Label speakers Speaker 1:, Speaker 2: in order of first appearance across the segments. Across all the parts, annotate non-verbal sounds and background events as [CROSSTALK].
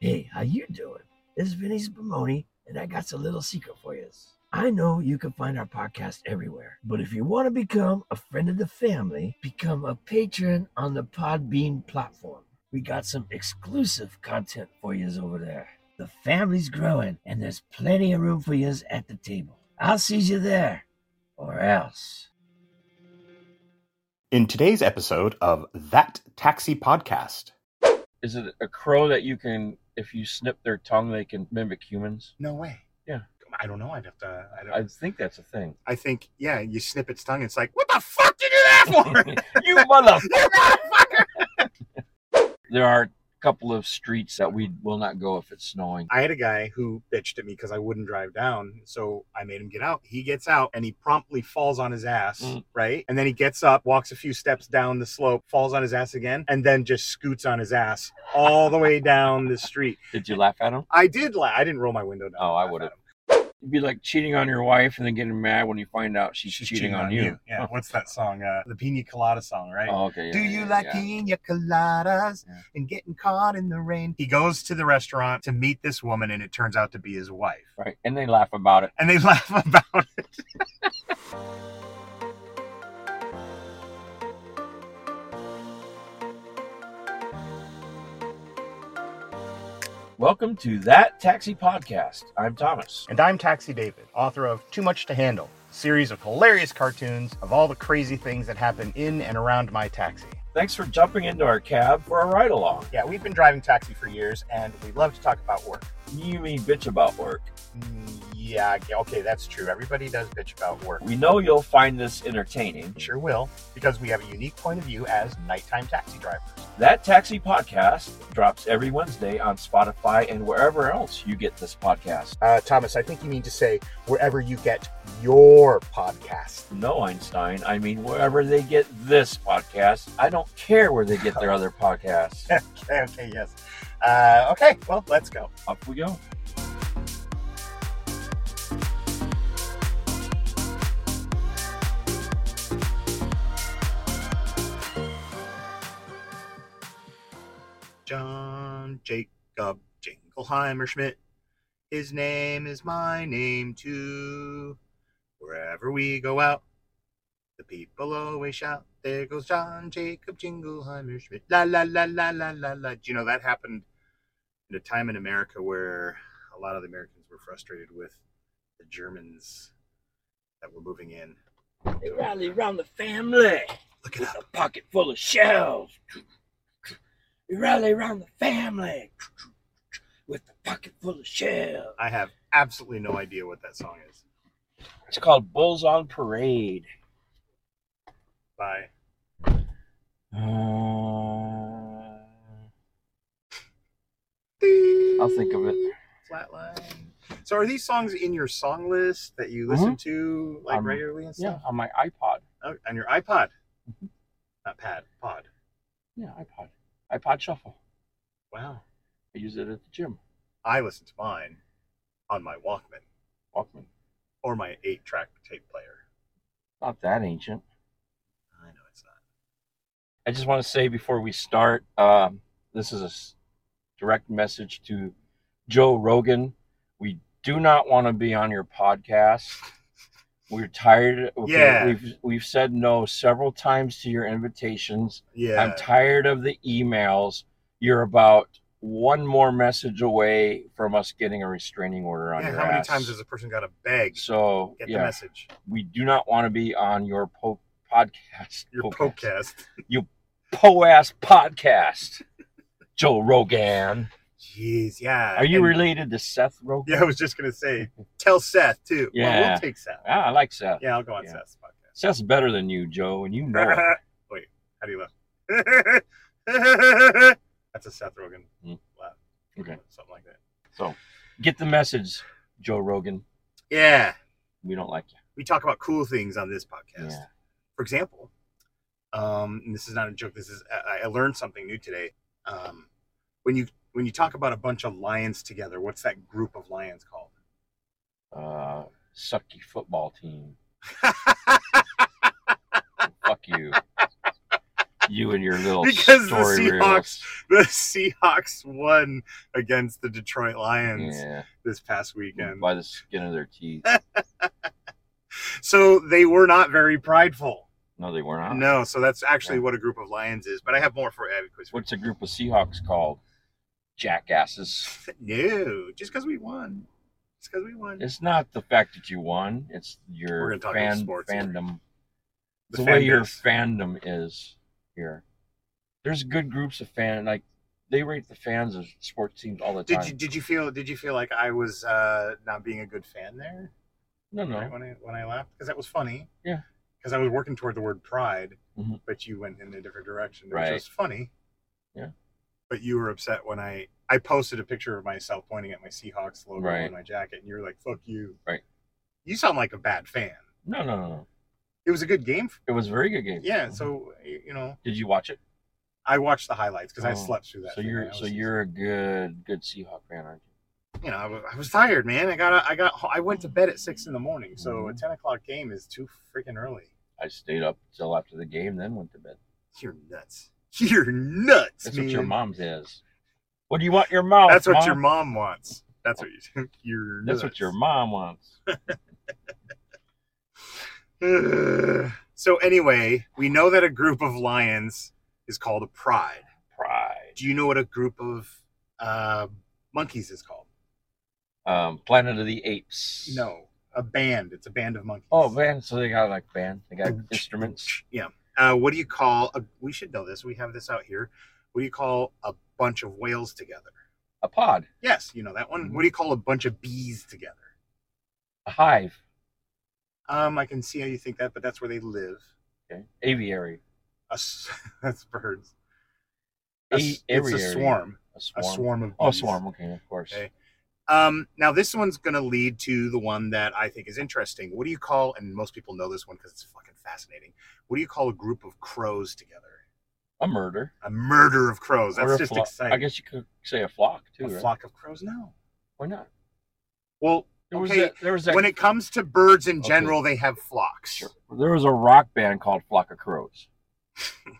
Speaker 1: Hey, how you doing? This is Vinny's Bimoni, and I got a little secret for you. I know you can find our podcast everywhere, but if you want to become a friend of the family, become a patron on the Podbean platform. We got some exclusive content for yous over there. The family's growing, and there's plenty of room for yous at the table. I'll see you there, or else.
Speaker 2: In today's episode of That Taxi Podcast,
Speaker 3: Is it a crow that you can, if you snip their tongue, they can mimic humans?
Speaker 4: No way.
Speaker 3: Yeah.
Speaker 4: I don't know. I'd have to. I, don't,
Speaker 3: I think that's a thing.
Speaker 1: [LAUGHS]
Speaker 4: I think, yeah, you snip its tongue. It's like, what the fuck did you
Speaker 3: [LAUGHS]
Speaker 4: do that for? [LAUGHS]
Speaker 3: you mother!
Speaker 4: You motherfucker!
Speaker 3: There are a couple of streets that we will not go if it's snowing.
Speaker 4: I had a guy who bitched at me because I wouldn't drive down. So I made him get out. He gets out and he promptly falls on his ass,
Speaker 3: Mm.
Speaker 4: right? And then he gets up, walks a few steps down the slope, falls on his ass again, and then just scoots on his ass all the way down the street.
Speaker 3: Did you laugh at him?
Speaker 4: I did laugh. I didn't roll my window down.
Speaker 3: Oh, I would've. It'd be like cheating on your wife and then getting mad when you find out she's,
Speaker 4: She's
Speaker 3: cheating, on, you.
Speaker 4: [LAUGHS] Yeah. What's that song? Uh, the Pina Colada song, right?
Speaker 3: Oh, okay. yeah,
Speaker 4: Do
Speaker 3: yeah,
Speaker 4: you
Speaker 3: yeah,
Speaker 4: like
Speaker 3: yeah.
Speaker 4: pina coladas
Speaker 3: Yeah.
Speaker 4: and getting caught in the rain? He goes to the restaurant to meet this woman, and it turns out to be his wife.
Speaker 3: Right. And they laugh about it.
Speaker 4: And they [LAUGHS] laugh about it.
Speaker 3: Welcome to That Taxi Podcast. I'm Thomas.
Speaker 4: And I'm Taxi David, author of Too Much to Handle, a series of hilarious cartoons of all the crazy things that happen in and around my taxi.
Speaker 3: Thanks for jumping into our cab for a ride along.
Speaker 4: Yeah, we've been driving taxi for years, and we love to talk about work.
Speaker 3: You mean bitch about work.
Speaker 4: Mm, Yeah, okay, that's true. Everybody does bitch about work.
Speaker 3: We know you'll find this entertaining.
Speaker 4: sure will, because we have a unique point of view as nighttime taxi drivers.
Speaker 3: That Taxi Podcast drops every Wednesday on Spotify and wherever else you get this podcast.
Speaker 4: Uh, Thomas, I think you mean to say wherever you get your podcast.
Speaker 3: No, Einstein, I mean wherever they get this podcast. I don't care where they get their other [LAUGHS] podcasts.
Speaker 4: Okay, [LAUGHS] okay, yes. Uh, okay, well, let's go.
Speaker 3: Up we go.
Speaker 4: John Jacob Jingleheimer Schmidt. His name is my name too. Wherever we go out, the people always shout, There goes John Jacob Jingleheimer Schmidt. La la la la la la la. Do you know that happened at a time in America where a lot of the Americans were frustrated with the Germans that were moving in?
Speaker 1: They rally around the family
Speaker 4: Look it
Speaker 1: with
Speaker 4: up.
Speaker 1: a pocket full of shells. We rally around the family with a pocket full of shells.
Speaker 4: I have absolutely no idea what that song is.
Speaker 3: It's called Bulls on Parade.
Speaker 4: By
Speaker 3: Uh, I'll think of it.
Speaker 4: Flatline. So are these songs in your song list that you listen to like
Speaker 3: Um,
Speaker 4: regularly and
Speaker 3: yeah, Mm-hmm.
Speaker 4: stuff?
Speaker 3: on my iPod.
Speaker 4: Oh, on your iPod. Not pad, pod.
Speaker 3: Yeah, iPod. iPod Shuffle.
Speaker 4: Wow.
Speaker 3: I use it at the gym.
Speaker 4: I listen to mine on my Walkman
Speaker 3: Walkman.
Speaker 4: or my eight track tape player.
Speaker 3: Not that ancient.
Speaker 4: I know it's not.
Speaker 3: I just want to say before we start, um, this is a s- direct message to Joe Rogan. We do not want to be on your podcast. We're tired. okay,
Speaker 4: Yeah.
Speaker 3: We've, we've said no several times to your invitations.
Speaker 4: Yeah.
Speaker 3: I'm tired of the emails. You're about one more message away from us getting a restraining order on
Speaker 4: yeah,
Speaker 3: your
Speaker 4: how many
Speaker 3: ass.
Speaker 4: times has a person got a beg?
Speaker 3: so
Speaker 4: Get the
Speaker 3: yeah,
Speaker 4: message.
Speaker 3: we do not want to be on your po- podcast.
Speaker 4: Your
Speaker 3: podcast.
Speaker 4: podcast. [LAUGHS]
Speaker 3: Po ass podcast. Joe Rogan.
Speaker 4: Jeez, yeah.
Speaker 3: Are you
Speaker 4: And-
Speaker 3: related to Seth Rogan?
Speaker 4: [LAUGHS] Yeah, I was just gonna say tell Seth too. Well,
Speaker 3: Yeah.
Speaker 4: we'll take Seth.
Speaker 3: Ah, I like Seth.
Speaker 4: Yeah, I'll go on
Speaker 3: Yeah.
Speaker 4: Seth's podcast.
Speaker 3: Seth's better than you, Joe, and you know
Speaker 4: [LAUGHS]
Speaker 3: it.
Speaker 4: Wait, how do you laugh? [LAUGHS] That's a Seth Rogen
Speaker 3: Hmm.
Speaker 4: laugh.
Speaker 3: Okay.
Speaker 4: Something like that.
Speaker 3: So get the message, Joe Rogan.
Speaker 4: Yeah.
Speaker 3: We don't like you.
Speaker 4: We talk about cool things on this podcast.
Speaker 3: Yeah.
Speaker 4: For example, um, and this is not a joke. This is I, I learned something new today. Um, when you when you talk about a bunch of lions together, what's that group of lions called? [LAUGHS]
Speaker 3: Uh, sucky
Speaker 4: [LAUGHS]
Speaker 3: football team. Fuck you. you and your little
Speaker 4: Because the
Speaker 3: story
Speaker 4: Seahawks- The Seahawks won against the Detroit Lions
Speaker 3: reels. Yeah,
Speaker 4: this past weekend.
Speaker 3: by the skin of their
Speaker 4: [LAUGHS]
Speaker 3: teeth.
Speaker 4: So they were not very prideful.
Speaker 3: No, they were not.
Speaker 4: No, so that's actually
Speaker 3: Yeah.
Speaker 4: what a group of lions is. But I have more for Abby Quiz.
Speaker 3: What's a group of Seahawks called? Jackasses.
Speaker 4: [LAUGHS] No, just because we won. Just because we won.
Speaker 3: It's not the fact that you won. It's
Speaker 4: We're
Speaker 3: your
Speaker 4: gonna talk about
Speaker 3: fan,
Speaker 4: sports here.
Speaker 3: fandom.
Speaker 4: The
Speaker 3: the
Speaker 4: fan
Speaker 3: way your
Speaker 4: base.
Speaker 3: fandom is here. There's good groups of fan like they rate the fans of sports teams all the time.
Speaker 4: Did you did you feel did you feel like I was uh, not being a good fan there
Speaker 3: no, no.
Speaker 4: right, when I when I left because that was funny.
Speaker 3: Yeah.
Speaker 4: Because I was working toward the word pride,
Speaker 3: Mhm.
Speaker 4: but you went in a different direction,
Speaker 3: Right.
Speaker 4: which was funny.
Speaker 3: Yeah.
Speaker 4: But you were upset when I I posted a picture of myself pointing at my Seahawks logo
Speaker 3: Right.
Speaker 4: on my jacket, and you were like, "Fuck you."
Speaker 3: Right.
Speaker 4: You sound like a bad fan.
Speaker 3: No, no, no, no.
Speaker 4: It was a good game. For,
Speaker 3: It was a very good game.
Speaker 4: yeah. So you you know,
Speaker 3: Did you watch it?
Speaker 4: I watched the highlights because I
Speaker 3: Oh,
Speaker 4: slept through that.
Speaker 3: So
Speaker 4: thing.
Speaker 3: you're
Speaker 4: I
Speaker 3: so
Speaker 4: was-
Speaker 3: you're a good good Seahawk fan, aren't you?
Speaker 4: you know, I was, I was tired, man. I got, I got, I went to bed at six in the morning, so a
Speaker 3: Mhm.
Speaker 4: ten o'clock game is too freaking early.
Speaker 3: I stayed up till after the game, then went to bed.
Speaker 4: You're nuts. You're nuts,
Speaker 3: That's
Speaker 4: man.
Speaker 3: what your mom says. What do you want your mom?
Speaker 4: That's what
Speaker 3: Mom?
Speaker 4: your mom wants. That's what you. [LAUGHS] You're.
Speaker 3: That's what your mom wants.
Speaker 4: your. [SIGHS] so anyway, we know that a group of lions is called a pride.
Speaker 3: Pride.
Speaker 4: Do you know what a group of uh, monkeys is called?
Speaker 3: Um, Planet of the Apes.
Speaker 4: No, a band. It's a band of monkeys.
Speaker 3: Oh man, so they got like band. They
Speaker 4: [LAUGHS]
Speaker 3: got instruments.
Speaker 4: Yeah. Uh, what do you call? A, we should know this. We have this out here. What do you call a bunch of whales together?
Speaker 3: A pod.
Speaker 4: Yes, you know that
Speaker 3: Mm-hmm.
Speaker 4: one. What do you call a bunch of bees together?
Speaker 3: A hive.
Speaker 4: Um, I can see how you think that, but that's where they live.
Speaker 3: Okay. Aviary.
Speaker 4: A s [LAUGHS] that's birds. A
Speaker 3: A-
Speaker 4: s- it's a
Speaker 3: aviary.
Speaker 4: swarm.
Speaker 3: A
Speaker 4: A
Speaker 3: swarm.
Speaker 4: swarm of bees.
Speaker 3: Oh, swarm. Okay, of course.
Speaker 4: Okay. Um, now this one's going to lead to the one that I think is interesting. What do you call? And most people know this one because it's fucking fascinating. What do you call a group of crows together?
Speaker 3: A murder.
Speaker 4: A murder of crows.
Speaker 3: Or
Speaker 4: That's
Speaker 3: a
Speaker 4: just
Speaker 3: flo-
Speaker 4: exciting.
Speaker 3: I guess you could say a flock too.
Speaker 4: a
Speaker 3: right?
Speaker 4: flock of crows. No.
Speaker 3: Why not?
Speaker 4: Well,
Speaker 3: There was
Speaker 4: Okay,
Speaker 3: that, there was that,
Speaker 4: when it comes to birds in
Speaker 3: Okay.
Speaker 4: general, they have flocks.
Speaker 3: Sure. there was a rock band called Flock of Crows.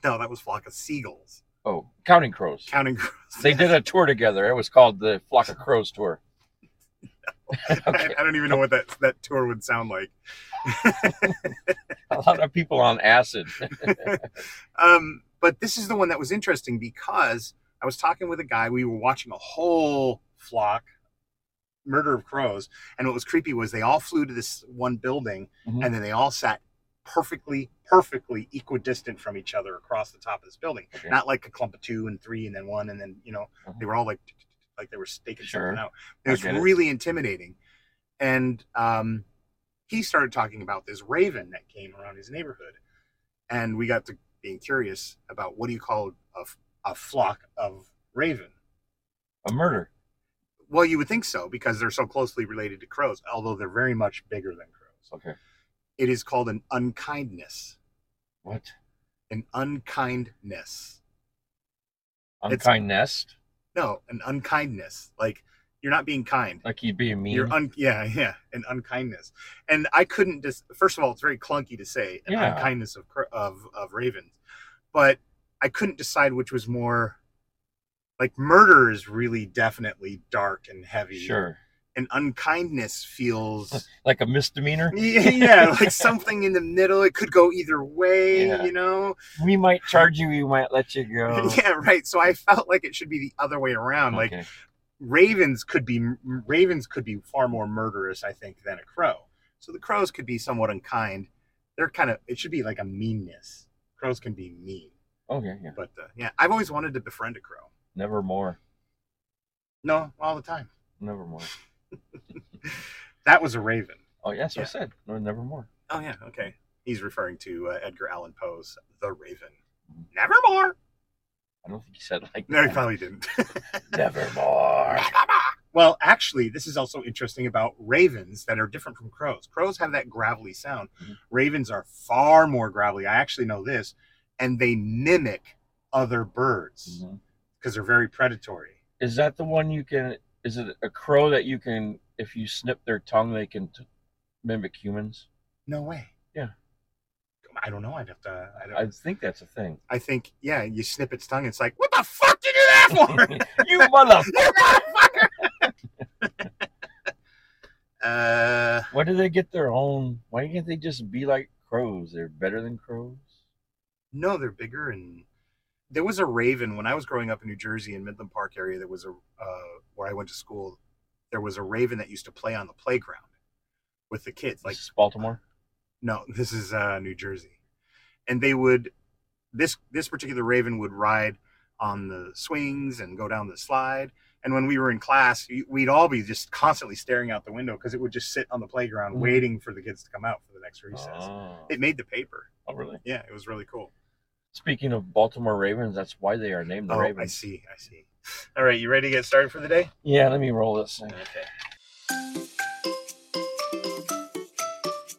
Speaker 4: No, that was flock of seagulls.
Speaker 3: Oh, Counting Crows.
Speaker 4: Counting crows.
Speaker 3: they did a tour together. It was called the Flock of Crows
Speaker 4: [LAUGHS]
Speaker 3: tour. okay.
Speaker 4: [LAUGHS] I, I don't even know what that that tour would sound like.
Speaker 3: A lot of people on
Speaker 4: [LAUGHS]
Speaker 3: acid.
Speaker 4: Um, but this is the one that was interesting because I was talking with a guy. We were watching a whole flock murder of crows, and what was creepy was they all flew to this one building,
Speaker 3: Mhm.
Speaker 4: and then they all sat perfectly, perfectly equidistant from each other across the top of this building.
Speaker 3: Okay.
Speaker 4: Not like a clump of two and three, and then one, and then you know
Speaker 3: Mhm.
Speaker 4: they were all like like they were staking
Speaker 3: Sure.
Speaker 4: something out. It
Speaker 3: I
Speaker 4: was
Speaker 3: get it.
Speaker 4: really intimidating, and um, he started talking about this raven that came around his neighborhood, and we got to being curious about what do you call a, f- a flock of raven?
Speaker 3: a murder.
Speaker 4: Well, you would think so because they're so closely related to crows, although they're very much bigger than crows.
Speaker 3: Okay.
Speaker 4: It is called an unkindness.
Speaker 3: What?
Speaker 4: An unkindness. It's-
Speaker 3: Unkind nest.
Speaker 4: No, an unkindness. Like you're not being kind.
Speaker 3: Like he'd be mean.
Speaker 4: You're un- yeah, [LAUGHS] yeah, an unkindness. And I couldn't just. First of all, it's very clunky to say an
Speaker 3: Yeah.
Speaker 4: unkindness of cr- of of ravens, but I couldn't decide which was more. Like murder is really definitely dark and heavy.
Speaker 3: sure.
Speaker 4: And unkindness
Speaker 3: [LAUGHS]
Speaker 4: feels [LAUGHS]
Speaker 3: Like a misdemeanor.
Speaker 4: yeah, yeah, like something in the middle. It could go either way,
Speaker 3: Yeah.
Speaker 4: you know. [LAUGHS]
Speaker 3: We might charge you. We might let you go.
Speaker 4: Yeah, right. So I felt like it should be the other way around. Like
Speaker 3: Okay.
Speaker 4: ravens could be ravens could be far more murderous i think than a crow so the crows could be somewhat unkind they're kind of it should be like a meanness crows can be mean
Speaker 3: Okay. Yeah.
Speaker 4: but uh, yeah i've always wanted to befriend a crow
Speaker 3: Never more.
Speaker 4: no all the time
Speaker 3: Never more.
Speaker 4: that was a raven
Speaker 3: Oh, yeah, that's what
Speaker 4: Yeah.
Speaker 3: I said. No, never more.
Speaker 4: oh yeah okay he's referring to uh, edgar allan poe's the raven nevermore
Speaker 3: I don't think he said like
Speaker 4: no he
Speaker 3: that.
Speaker 4: probably didn't
Speaker 3: never more.
Speaker 4: well actually this is also interesting about ravens that are different from crows crows have that gravelly sound
Speaker 3: Mhm.
Speaker 4: ravens are far more gravelly i actually know this and they mimic other birds
Speaker 3: Mhm.
Speaker 4: because they're very predatory
Speaker 3: Is that the one you can? Is it a crow that you can? If you snip their tongue, they can t- mimic humans.
Speaker 4: no way
Speaker 3: Yeah.
Speaker 4: Come on, I don't know. I'd have to. I, don't,
Speaker 3: I think that's a thing.
Speaker 4: I think, yeah, you snip its tongue. It's like, what the fuck did you do
Speaker 3: [LAUGHS]
Speaker 4: that for? [LAUGHS]
Speaker 3: you mother.
Speaker 4: you motherfucker! [LAUGHS] uh,
Speaker 3: Why do they get their own? Why can't they just be like crows? They're better than crows.
Speaker 4: no, they're bigger. And there was a raven when I was growing up in New Jersey in Midland Park area. There was a uh, where I went to school. There was a raven that used to play on the playground with the kids. Like
Speaker 3: Like Baltimore.
Speaker 4: No, [LAUGHS] this is uh, New Jersey, and they would this this particular raven would ride on the swings and go down the slide. And when we were in class, y- we'd all be just constantly staring out the window because it would just sit on the playground
Speaker 3: Mhm.
Speaker 4: waiting for the kids to come out for the next recess.
Speaker 3: Oh.
Speaker 4: It made the paper.
Speaker 3: oh, really?
Speaker 4: Yeah, it was really cool.
Speaker 3: Speaking of Baltimore Ravens, that's why they are named the
Speaker 4: oh, I
Speaker 3: Ravens.
Speaker 4: see. I see. All right, you ready to get started for the day?
Speaker 3: Yeah, let me roll this thing.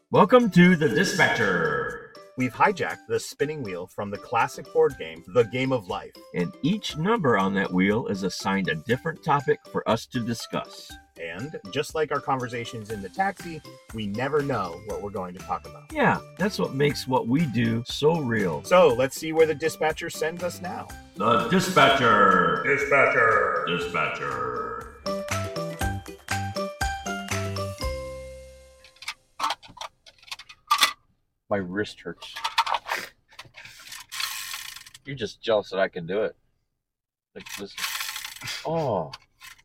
Speaker 1: Welcome to the Dispatcher.
Speaker 4: We've hijacked the spinning wheel from the classic board game, The Game of Life.
Speaker 1: And each number on that wheel is assigned a different topic for us to discuss.
Speaker 4: And just like our conversations in the taxi, we never know what we're going to talk about.
Speaker 1: Yeah, that's what makes what we do so real.
Speaker 4: So let's see where the dispatcher sends us now.
Speaker 1: The Dispatcher.
Speaker 4: Dispatcher.
Speaker 1: Dispatcher.
Speaker 3: My wrist hurts. You're just jealous that I can do it. Like this. Oh,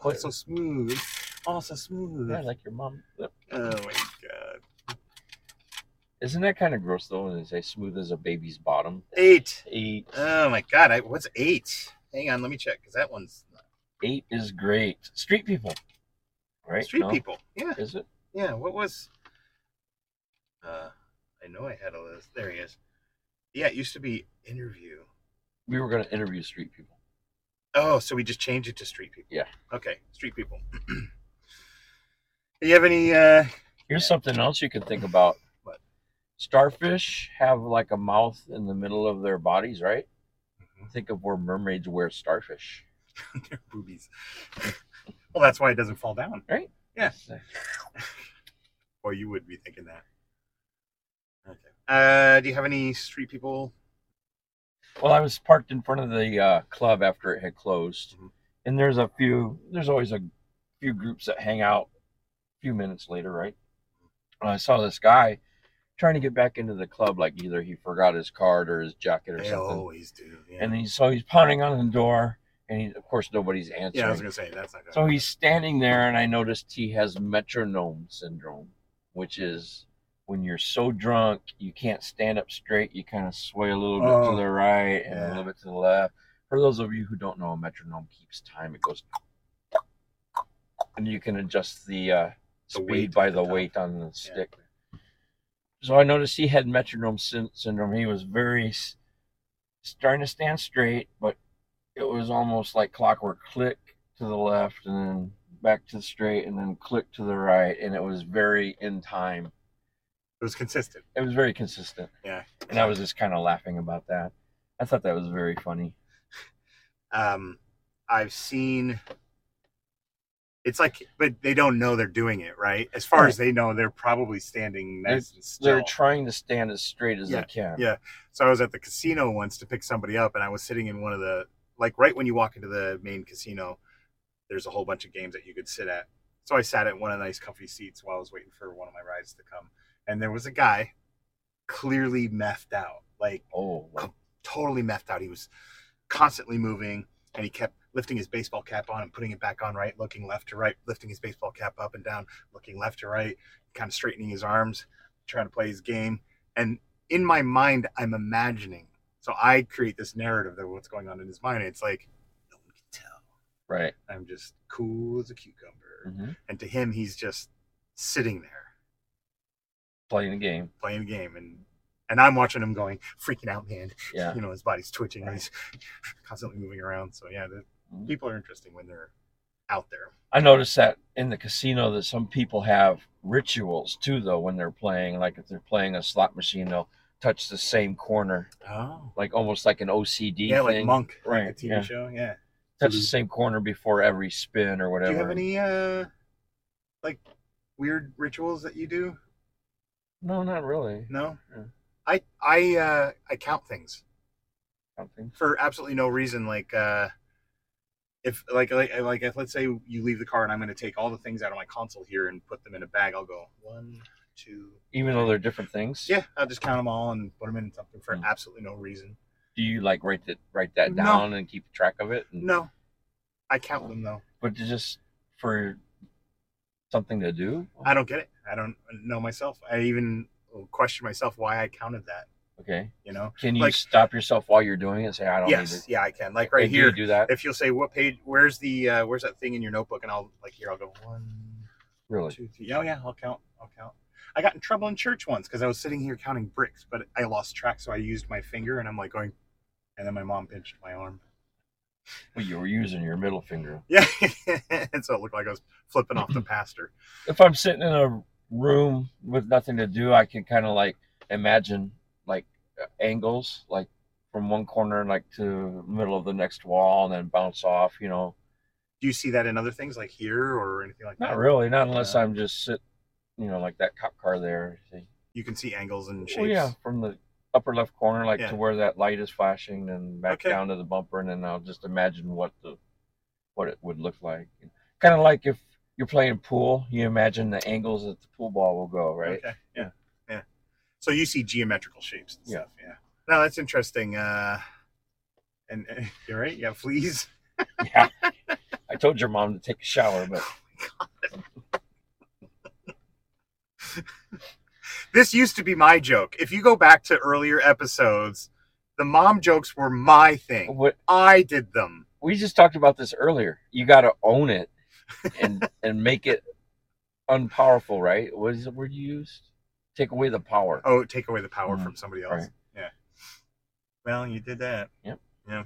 Speaker 4: Oh, so smooth. Oh, so smooth.
Speaker 3: yeah, like your mom.
Speaker 4: oh my god.
Speaker 3: Isn't that kind of gross though? When they say smooth as a baby's bottom.
Speaker 4: Eight.
Speaker 3: Eight,
Speaker 4: Oh my god. I, what's eight? Hang on, let me check because that one's not-
Speaker 3: eight is great. Street people, right?
Speaker 4: street
Speaker 3: No?
Speaker 4: people. Yeah,
Speaker 3: Is it?
Speaker 4: yeah. What was? Uh, I know I had a list. There he is. Yeah, it used to be interview.
Speaker 3: We were going to interview street people.
Speaker 4: Oh, so we just changed it to street people.
Speaker 3: Yeah.
Speaker 4: Okay, street people. [CLEARS THROAT] Do you have any?
Speaker 3: [LAUGHS]
Speaker 4: uh
Speaker 3: Here's something else you can think about.
Speaker 4: What?
Speaker 3: Starfish have like a mouth in the middle of their bodies, right? Think of where mermaids wear starfish.
Speaker 4: They're boobies. [LAUGHS] well, that's why it doesn't fall down. Yeah. Or you would be thinking that. Okay. Uh, do you have any street people?
Speaker 3: Well, I was parked in front of the uh, club after it had closed,
Speaker 4: Mhm.
Speaker 3: and there's a few. There's always a few groups that hang out. A few minutes later, right? And I saw this guy trying to get back into the club. Like either he forgot his card or his jacket or
Speaker 4: They
Speaker 3: something.
Speaker 4: always do. oh, Yeah.
Speaker 3: And he, so he's pounding on the door, and he, of course nobody's answering.
Speaker 4: yeah, I was gonna say that's not. Gonna
Speaker 3: So he's standing there, and I noticed he has metronome syndrome, which is when you're so drunk you can't stand up straight. You kind of sway a little bit
Speaker 4: Oh,
Speaker 3: to the right and a
Speaker 4: yeah.
Speaker 3: little bit to the left. For those of you who don't know, a metronome keeps time. It goes, and you can adjust the uh,
Speaker 4: The weight
Speaker 3: speed
Speaker 4: at
Speaker 3: by
Speaker 4: the
Speaker 3: the
Speaker 4: top.
Speaker 3: weight on the stick. So I noticed he had metronome syn- syndrome. He was very s- starting to stand straight, but it was almost like clockwork click to the left and then back to the straight and then click to the right. And it was very in time.
Speaker 4: It was consistent.
Speaker 3: It was very consistent.
Speaker 4: Yeah.
Speaker 3: And I was just kind of laughing about that. I thought that was very funny.
Speaker 4: Um, I've seen. It's like, but they don't know they're doing it, right? As far as they know, they're probably standing nice and still.
Speaker 3: They're trying to stand as straight as they can.
Speaker 4: yeah. so I was at the casino once to pick somebody up, and I was sitting in one of the like right when you walk into the main casino, there's a whole bunch of games that you could sit at. So I sat at one of the nice comfy seats while I was waiting for one of my rides to come, and there was a guy, clearly methed out, like
Speaker 3: Oh, like,
Speaker 4: totally methed out. He was constantly moving, and he kept lifting his baseball cap on and putting it back on right, looking left to right, lifting his baseball cap up and down, looking left to right, kind of straightening his arms, trying to play his game. And in my mind, I'm imagining. So I create this narrative of what's going on in his mind. and It's like no one can tell.
Speaker 3: right.
Speaker 4: I'm just cool as a cucumber.
Speaker 3: hmm
Speaker 4: And to him, he's just sitting there
Speaker 3: Playing the game.
Speaker 4: playing the game and and I'm watching him going, freaking out, man.
Speaker 3: Yeah.
Speaker 4: You know, his body's twitching.
Speaker 3: Right.
Speaker 4: He's [LAUGHS] constantly moving around. So yeah, the,
Speaker 3: Mhm.
Speaker 4: people are interesting when they're out there.
Speaker 3: I noticed that in the casino that some people have rituals too, though, when they're playing. Like if they're playing a slot machine, they'll touch the same corner,
Speaker 4: Oh,
Speaker 3: like almost like an OCD
Speaker 4: yeah, like
Speaker 3: thing.
Speaker 4: Monk,
Speaker 3: Right,
Speaker 4: Like the TV
Speaker 3: yeah.
Speaker 4: show. Yeah.
Speaker 3: touch the same corner before every spin or
Speaker 4: Do
Speaker 3: whatever.
Speaker 4: you have any uh, like weird rituals that you do?
Speaker 3: No, not really.
Speaker 4: No.
Speaker 3: Yeah.
Speaker 4: I I uh, I count things
Speaker 3: Something.
Speaker 4: for absolutely no reason. Like uh, if like like like if, let's say you leave the car and I'm going to take all the things out of my console here and put them in a bag. I'll go one, two.
Speaker 3: Even though they're different things.
Speaker 4: Yeah, I'll just count them all and put them in something for
Speaker 3: Hmm.
Speaker 4: absolutely no reason.
Speaker 3: Do you like write that write that
Speaker 4: No.
Speaker 3: down and keep track of it? And,
Speaker 4: No, I count them though.
Speaker 3: But to just for something to do.
Speaker 4: I don't get it. I don't know myself. I even question myself why I counted that.
Speaker 3: Okay.
Speaker 4: You know?
Speaker 3: Can you
Speaker 4: Like-
Speaker 3: stop yourself while you're doing it? And say I don't need
Speaker 4: Yes.
Speaker 3: it.
Speaker 4: Yeah, I can. Like right
Speaker 3: And do
Speaker 4: here.
Speaker 3: You do that.
Speaker 4: if you'll say what page where's the uh, where's that thing in your notebook and i'll like here i'll go one
Speaker 3: Really.
Speaker 4: two three oh yeah i'll count i'll count i got in trouble in church once because i was sitting here counting bricks but i lost track so i used my finger and i'm like going and then my mom pinched my arm [LAUGHS]
Speaker 3: Well, you were using your middle finger.
Speaker 4: yeah and so it looked like i was flipping off
Speaker 3: [CLEARS THROAT]
Speaker 4: the pastor
Speaker 3: If I'm sitting in a room with nothing to do, I can kind of like imagine like uh, angles, like from one corner like to middle of the next wall, and then bounce off. You know.
Speaker 4: do you see that in other things like here or anything like
Speaker 3: Not
Speaker 4: that
Speaker 3: really. Not unless
Speaker 4: Yeah.
Speaker 3: I'm just sit. You know, like that cop car there. See?
Speaker 4: you can see angles and shapes
Speaker 3: Well, yeah, from the upper left corner, like
Speaker 4: Yeah.
Speaker 3: to where that light is flashing, and back
Speaker 4: Okay.
Speaker 3: down to the bumper, and then I'll just imagine what the what it would look like. Kind of like if you're playing pool, you imagine the angles that the pool ball will go, right?
Speaker 4: Okay. Yeah. Yeah. So you see geometrical shapes. And
Speaker 3: Yeah.
Speaker 4: Stuff. Yeah. No, that's interesting. Uh, and, and [LAUGHS] you're right. Yeah, fleas. [LAUGHS]
Speaker 3: Yeah. I told your mom to take a shower, but
Speaker 4: This used to be my joke. If you go back to earlier episodes, the mom jokes were my thing.
Speaker 3: what
Speaker 4: I did them.
Speaker 3: we just talked about this earlier. You got to own it
Speaker 4: [LAUGHS]
Speaker 3: and and make it unpowerful, right? What is the word you used? Take away the power.
Speaker 4: Oh, take away the power
Speaker 3: Mhm.
Speaker 4: from somebody else.
Speaker 3: Right.
Speaker 4: Yeah. Well, you did that.
Speaker 3: Yep.
Speaker 4: Yeah.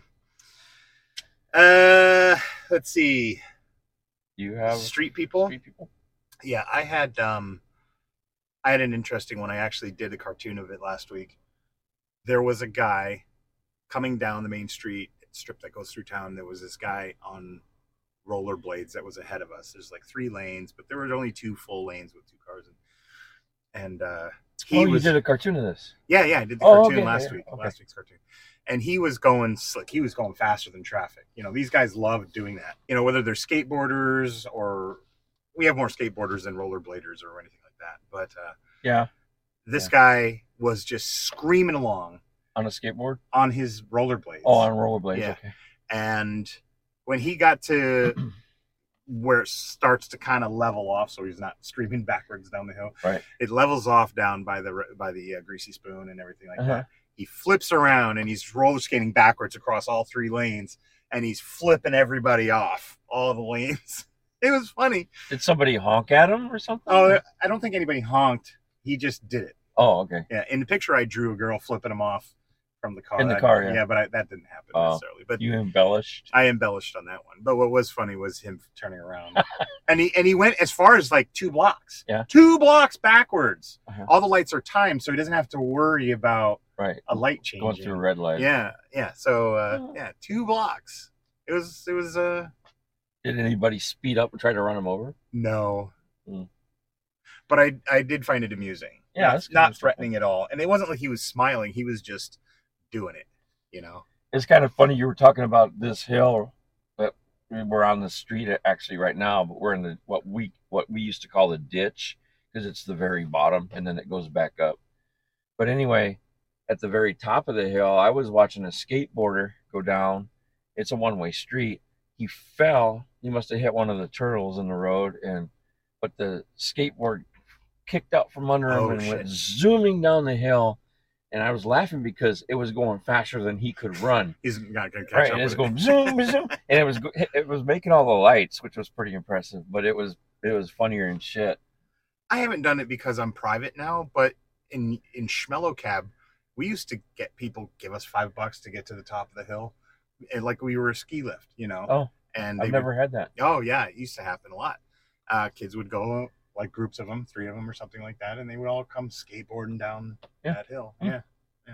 Speaker 4: Uh, let's see.
Speaker 3: You have
Speaker 4: Street people.
Speaker 3: three people.
Speaker 4: Yeah, I had um I had an interesting one. I actually did a cartoon of it last week. There was a guy coming down the main street strip that goes through town. There was this guy on rollerblades that was ahead of us. There's like three lanes, but there was only two full lanes with two cars and and uh he
Speaker 3: oh,
Speaker 4: was
Speaker 3: you did a cartoon of this.
Speaker 4: yeah, yeah, I did the
Speaker 3: Oh,
Speaker 4: cartoon
Speaker 3: okay,
Speaker 4: last
Speaker 3: yeah,
Speaker 4: week,
Speaker 3: okay.
Speaker 4: last week's cartoon. And he was going slick. He was going faster than traffic. You know, these guys love doing that. You know, whether they're skateboarders or we have more skateboarders than rollerbladers or anything like that. But uh,
Speaker 3: Yeah,
Speaker 4: this
Speaker 3: Yeah.
Speaker 4: guy was just screaming along
Speaker 3: on a skateboard.
Speaker 4: on his rollerblades.
Speaker 3: Oh, on rollerblades.
Speaker 4: Yeah.
Speaker 3: Okay.
Speaker 4: and when he
Speaker 3: [CLEARS THROAT]
Speaker 4: got to where it starts to kind of level off, so he's not screaming backwards down the hill.
Speaker 3: Right.
Speaker 4: It levels off down by the by the uh, greasy spoon and everything like
Speaker 3: Uh-huh.
Speaker 4: that. He flips around and he's roller skating backwards across all three lanes, and he's flipping everybody off all the lanes. [LAUGHS] It was funny.
Speaker 3: Did somebody honk at him or something?
Speaker 4: Oh, I don't think anybody honked. He just did it.
Speaker 3: Oh, okay.
Speaker 4: Yeah, in the picture I drew a girl flipping him off from the car.
Speaker 3: In the
Speaker 4: That-
Speaker 3: car, yeah.
Speaker 4: but I, that didn't happen
Speaker 3: Oh.
Speaker 4: necessarily. But
Speaker 3: You embellished.
Speaker 4: I embellished on that one. But what was funny was him turning around. and he and he went as far as like two blocks.
Speaker 3: Yeah.
Speaker 4: Two blocks backwards.
Speaker 3: Uh-huh.
Speaker 4: All the lights are timed, so he doesn't have to worry about
Speaker 3: Right.
Speaker 4: a light change.
Speaker 3: Going through a red light.
Speaker 4: Yeah, yeah. So uh,
Speaker 3: Oh.
Speaker 4: yeah, two blocks. It was it was uh
Speaker 3: Did anybody speed up and try to run him over?
Speaker 4: no.
Speaker 3: Mm.
Speaker 4: But I I did find it amusing.
Speaker 3: Yeah,
Speaker 4: Not,
Speaker 3: that's good.
Speaker 4: not threatening at all. And it wasn't like he was smiling, he was just doing it, you know.
Speaker 3: It's kind of funny. You were talking about this hill that we're on the street actually right now, but we're in the what we what we used to call the ditch because it's the very bottom and then it goes back up. But anyway, at the very top of the hill, I was watching a skateboarder go down. It's a one-way street. He fell. He must have hit one of the turtles in the road, and but the skateboard kicked out from under him
Speaker 4: Oh,
Speaker 3: and
Speaker 4: shit.
Speaker 3: went zooming down the hill. And I was laughing because it was going faster than he could run.
Speaker 4: He's not gonna catch
Speaker 3: Right,
Speaker 4: up.
Speaker 3: and it's
Speaker 4: with it.
Speaker 3: going zoom,
Speaker 4: [LAUGHS]
Speaker 3: zoom, and it was go- it was making all the lights, which was pretty impressive. But it was it was funnier and shit.
Speaker 4: I haven't done it because I'm private now, but in in Schmello Cab, we used to get people give us five bucks to get to the top of the hill, and like we were a ski lift, you know.
Speaker 3: Oh,
Speaker 4: and
Speaker 3: I've
Speaker 4: they
Speaker 3: never had that.
Speaker 4: Would, oh yeah, it used to happen a lot. Uh, kids would go like groups of them, three of them or something like that, and they would all come skateboarding down
Speaker 3: Yeah.
Speaker 4: that hill.
Speaker 3: Mm.
Speaker 4: Yeah, yeah.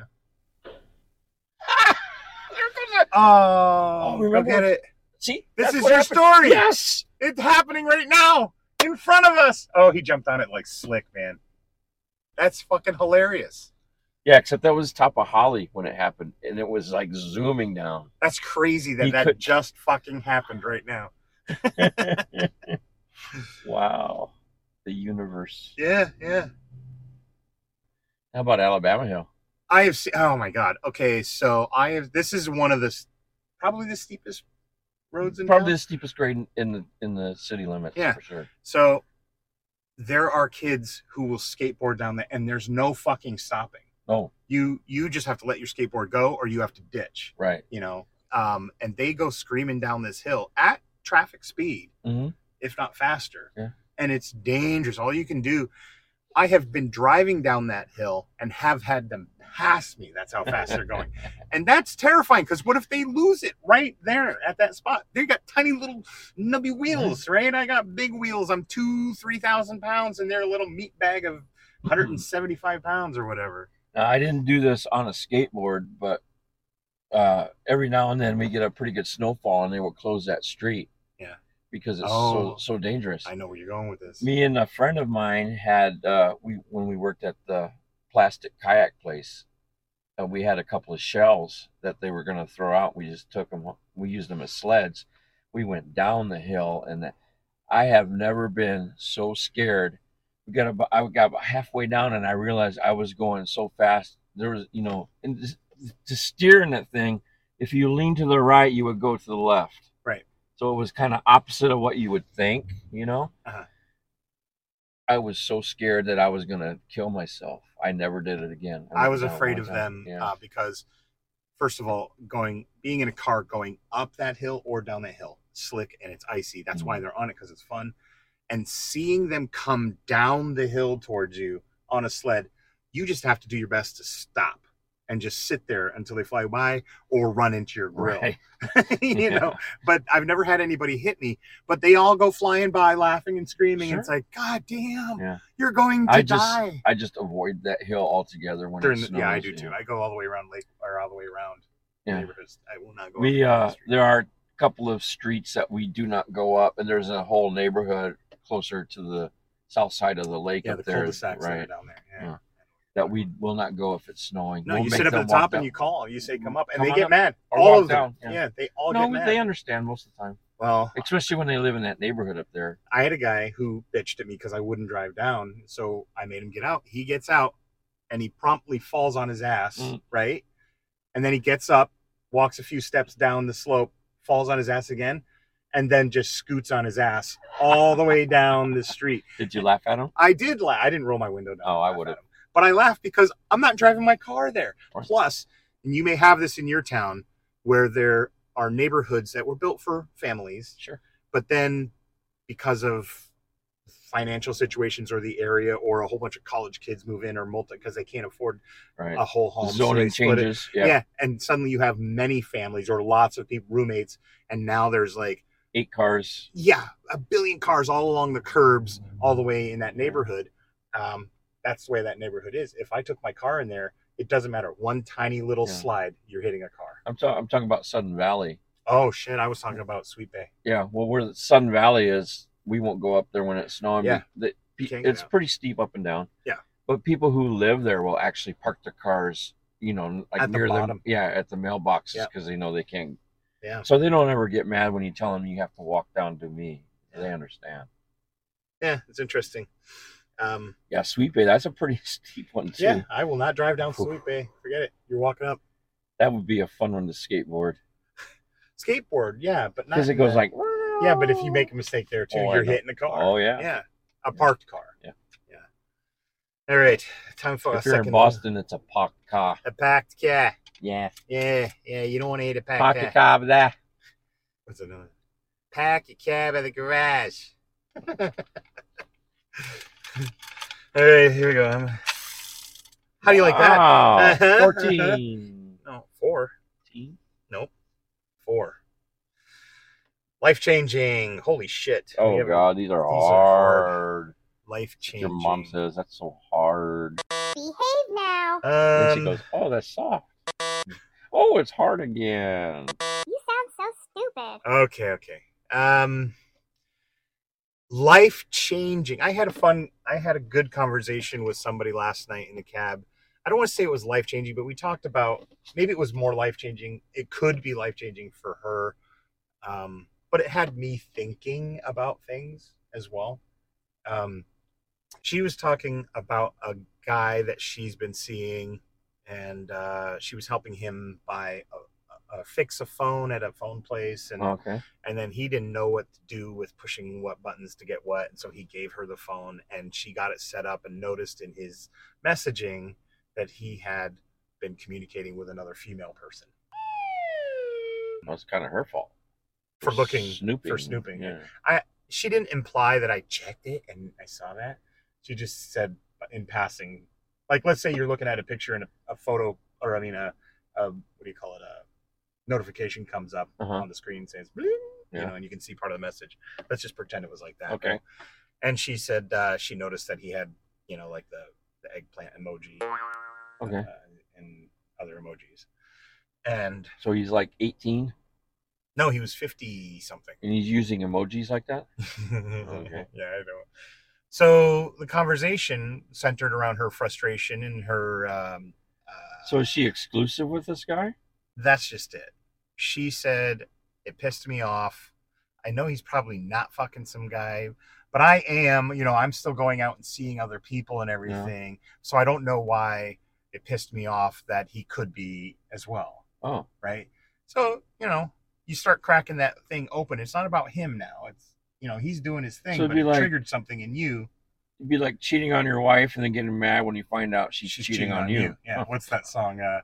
Speaker 3: There goes a-
Speaker 4: Oh,
Speaker 3: Oh,
Speaker 4: go
Speaker 3: remember-
Speaker 4: get it.
Speaker 3: [LAUGHS] See,
Speaker 4: This
Speaker 3: That's
Speaker 4: is
Speaker 3: what
Speaker 4: your
Speaker 3: happened.
Speaker 4: story.
Speaker 3: Yes,
Speaker 4: It's happening right now in front of us. Oh, he jumped on it like slick, man. That's fucking hilarious.
Speaker 3: Yeah, except that was top of Holly when it happened, and it was like zooming down.
Speaker 4: That's crazy that
Speaker 3: He
Speaker 4: that
Speaker 3: could-
Speaker 4: just fucking happened right now.
Speaker 3: wow, the universe.
Speaker 4: Yeah, yeah.
Speaker 3: How about Alabama Hill?
Speaker 4: I have seen. Oh my god. Okay, so I have. This is one of the s- probably the steepest roads in
Speaker 3: Probably
Speaker 4: town.
Speaker 3: the steepest grade in- in the in the city limits.
Speaker 4: Yeah.
Speaker 3: for sure.
Speaker 4: So there are kids who will skateboard down there, and there's no fucking stopping.
Speaker 3: Oh,
Speaker 4: You you just have to let your skateboard go, or you have to ditch.
Speaker 3: right.
Speaker 4: You know. Um, and they go screaming down this hill at traffic speed,
Speaker 3: hmm
Speaker 4: if not faster.
Speaker 3: Yeah.
Speaker 4: And it's dangerous. All you can do. I have been driving down that hill and have had them pass me. That's how fast they're going. And that's terrifying because what if they lose it right there at that spot? They got tiny little nubby wheels, right? I got big wheels. I'm two, 3,000 pounds, and they're a little meat bag of
Speaker 3: Mm-hmm.
Speaker 4: 175 pounds or whatever.
Speaker 3: Now, Uh, I didn't do this on a skateboard, but uh, every now and then we get a pretty good snowfall, and they will close that street.
Speaker 4: Yeah.
Speaker 3: Because it's so
Speaker 4: Oh.
Speaker 3: so dangerous.
Speaker 4: I know where you're going with this.
Speaker 3: Me and a friend of mine had uh, we when we worked at the plastic kayak place, uh, we had a couple of shells that they were going to throw out. We just took them. We used them as sleds. We went down the hill, and that, I have never been so scared. We got about I got about halfway down, and I realized I was going so fast. There was you know, and just- to steer in that thing, if you lean to the right, you would go to the left.
Speaker 4: Right.
Speaker 3: So it was kind of opposite of what you would think. You know.
Speaker 4: Uh-huh.
Speaker 3: I was so scared that I was gonna kill myself. I never did it again.
Speaker 4: I
Speaker 3: went
Speaker 4: was
Speaker 3: down one
Speaker 4: afraid of
Speaker 3: time.
Speaker 4: them
Speaker 3: Yeah.
Speaker 4: uh, because, first of all, going being in a car going up that hill or down that hill, slick and it's icy. That's
Speaker 3: Mm.
Speaker 4: why they're on it because it's fun. And seeing them come down the hill towards you on a sled, you just have to do your best to stop and just sit there until they fly by or run into your grill.
Speaker 3: Right.
Speaker 4: [LAUGHS] you
Speaker 3: Yeah.
Speaker 4: know, but I've never had anybody hit me. But they all go flying by, laughing and screaming.
Speaker 3: Sure.
Speaker 4: It's like, God damn,
Speaker 3: Yeah.
Speaker 4: you're going to
Speaker 3: I just-
Speaker 4: die
Speaker 3: I just avoid that hill altogether when
Speaker 4: during
Speaker 3: it
Speaker 4: the,
Speaker 3: snows.
Speaker 4: yeah i do
Speaker 3: you
Speaker 4: too
Speaker 3: know.
Speaker 4: i go all the way around lake or all the way around
Speaker 3: Yeah.
Speaker 4: neighborhoods i will not go
Speaker 3: we
Speaker 4: up
Speaker 3: uh,
Speaker 4: the street.
Speaker 3: there are a couple of streets that we do not go up, and there's a whole neighborhood closer to the south side of the lake
Speaker 4: yeah
Speaker 3: up
Speaker 4: the
Speaker 3: there,
Speaker 4: cul-de-sacs that are
Speaker 3: right?
Speaker 4: down there yeah.
Speaker 3: Yeah. That we will not go if it's snowing.
Speaker 4: no
Speaker 3: We'll
Speaker 4: you
Speaker 3: make
Speaker 4: sit up
Speaker 3: them
Speaker 4: at the top
Speaker 3: walk
Speaker 4: and you
Speaker 3: down. Mm-hmm.
Speaker 4: call you say come up and
Speaker 3: Come
Speaker 4: they
Speaker 3: on
Speaker 4: get
Speaker 3: up.
Speaker 4: mad
Speaker 3: Or
Speaker 4: all
Speaker 3: walk
Speaker 4: of them yeah.
Speaker 3: down, yeah.
Speaker 4: they all
Speaker 3: No,
Speaker 4: get mad
Speaker 3: they understand most of the time,
Speaker 4: well
Speaker 3: especially when they live in that neighborhood up there.
Speaker 4: i had a guy who bitched at me because i wouldn't drive down so i made him get out he gets out and he promptly falls on his ass
Speaker 3: Mm.
Speaker 4: right and then he gets up walks a few steps down the slope falls on his ass again and then just scoots on his ass all the way down the street
Speaker 3: Did you laugh at them?
Speaker 4: I did laugh. I didn't roll my window down.
Speaker 3: Oh, I
Speaker 4: laugh
Speaker 3: would've.
Speaker 4: at 'em. But I laughed because I'm not driving my car there.
Speaker 3: course.
Speaker 4: Plus, and you may have this in your town where there are neighborhoods that were built for families,
Speaker 3: Sure.
Speaker 4: but then because of financial situations or the area or a whole bunch of college kids move in or multi because they can't afford
Speaker 3: Right.
Speaker 4: a whole home so
Speaker 3: Zoning
Speaker 4: they split it.
Speaker 3: changes.
Speaker 4: Yeah.
Speaker 3: yeah.
Speaker 4: and suddenly you have many families or lots of people roommates and now there's like
Speaker 3: Eight cars.
Speaker 4: yeah, a billion cars all along the curbs, all the way in that neighborhood. Um, that's the way that neighborhood is. If I took my car in there, it doesn't matter. One tiny little
Speaker 3: Yeah.
Speaker 4: slide, you're hitting a car.
Speaker 3: I'm, ta- I'm talking about Sudden Valley.
Speaker 4: Oh shit! I was talking about Sweet Bay.
Speaker 3: Yeah, well, where the Sun Valley is, we won't go up there when it's snowing.
Speaker 4: Yeah.
Speaker 3: The-
Speaker 4: You can't get
Speaker 3: it's
Speaker 4: out.
Speaker 3: pretty steep up and down.
Speaker 4: Yeah.
Speaker 3: But people who live there will actually park their cars, you know, like
Speaker 4: At the
Speaker 3: near them.
Speaker 4: bottom.
Speaker 3: Yeah, at the mailboxes
Speaker 4: Yeah.
Speaker 3: because they know they can't.
Speaker 4: Yeah.
Speaker 3: So they don't ever get mad when you tell them you have to walk down to me. They understand.
Speaker 4: Yeah, it's interesting. Um,
Speaker 3: Yeah, Sweet Bay, that's a pretty [LAUGHS] steep one too.
Speaker 4: yeah, I will not drive down
Speaker 3: Phew.
Speaker 4: Sweet Bay. Forget it. You're walking up
Speaker 3: That would be a fun one to skateboard
Speaker 4: skateboard. Yeah, but not
Speaker 3: because it
Speaker 4: in
Speaker 3: goes
Speaker 4: that-
Speaker 3: like.
Speaker 4: Yeah, but if you make a mistake there too,
Speaker 3: Oh, I
Speaker 4: you're
Speaker 3: know.
Speaker 4: hitting a car.
Speaker 3: Oh yeah.
Speaker 4: yeah, a parked car.
Speaker 3: Yeah.
Speaker 4: yeah. All right, time for
Speaker 3: If
Speaker 4: a
Speaker 3: you're
Speaker 4: second
Speaker 3: in
Speaker 4: one.
Speaker 3: Boston, it's a parked car.
Speaker 4: A packed car.
Speaker 3: Yeah,
Speaker 4: Yeah, yeah. You don't want to hit a packed car.
Speaker 3: parked car there.
Speaker 4: What's another? Pack your cab at the [LAUGHS] garage. All right, here we go. I'm- How do you like that?
Speaker 3: Wow.
Speaker 4: [LAUGHS] Uh-huh.
Speaker 3: 14.
Speaker 4: No, four. Four. Life changing. Holy shit.
Speaker 3: [LAUGHS]
Speaker 4: We
Speaker 3: Oh
Speaker 4: have
Speaker 3: god, these are
Speaker 4: are
Speaker 3: hard.
Speaker 4: hard. Life
Speaker 3: Your
Speaker 4: changing.
Speaker 3: mom says that's so hard.
Speaker 5: Behave now.
Speaker 3: and she
Speaker 4: Um,
Speaker 3: goes, "Oh, that's soft." Oh, it's hard again.
Speaker 5: You sound so stupid.
Speaker 4: okay, okay. Um, life changing. I had a fun, I had a good conversation with somebody last night in the cab I don't want to say it was life changing, but we talked about maybe it was more life changing. It could be life changing for her, um, but it had me thinking about things as well. Um, she was talking about a guy that she's been seeing, and uh, she was helping him buy a, a fix a phone at a phone place, and
Speaker 3: Okay.
Speaker 4: and then he didn't know what to do with pushing what buttons to get what and so he gave her the phone and she got it set up and noticed in his messaging that he had been communicating with another female person
Speaker 3: Well, it's kind of her fault.
Speaker 4: for looking for snooping she didn't imply that i checked it and i saw that she just said in passing like let's say you're looking at a picture and a, a photo or i mean a, a what do you call it a notification comes up
Speaker 3: Uh-huh.
Speaker 4: on the screen saying "Bling," you
Speaker 3: Yeah.
Speaker 4: know and you can see part of the message let's just pretend it was like that
Speaker 3: Okay.
Speaker 4: and she said uh, she noticed that he had you know like the, the eggplant emoji
Speaker 3: Okay.
Speaker 4: uh, and other emojis and
Speaker 3: So he's like 18
Speaker 4: no he was 50 something
Speaker 3: and he's using emojis like that? Oh, Okay.
Speaker 4: [LAUGHS] yeah i know so the conversation centered around her frustration and her um, uh,
Speaker 3: So is she exclusive with this guy?
Speaker 4: that's just it she said it pissed me off i know he's probably not fucking some guy but i am you know i'm still going out and seeing other people and everything so i don't know why it pissed me off that he could be as well
Speaker 3: Oh,
Speaker 4: right so you know you start cracking that thing open it's not about him now it's you know he's doing his thing
Speaker 3: So it'd
Speaker 4: but
Speaker 3: be
Speaker 4: it
Speaker 3: like-
Speaker 4: triggered something in you
Speaker 3: it'd be like cheating on your wife and then getting mad when you find out she's, cheating, on, you.
Speaker 4: yeah
Speaker 3: Huh.
Speaker 4: what's that song uh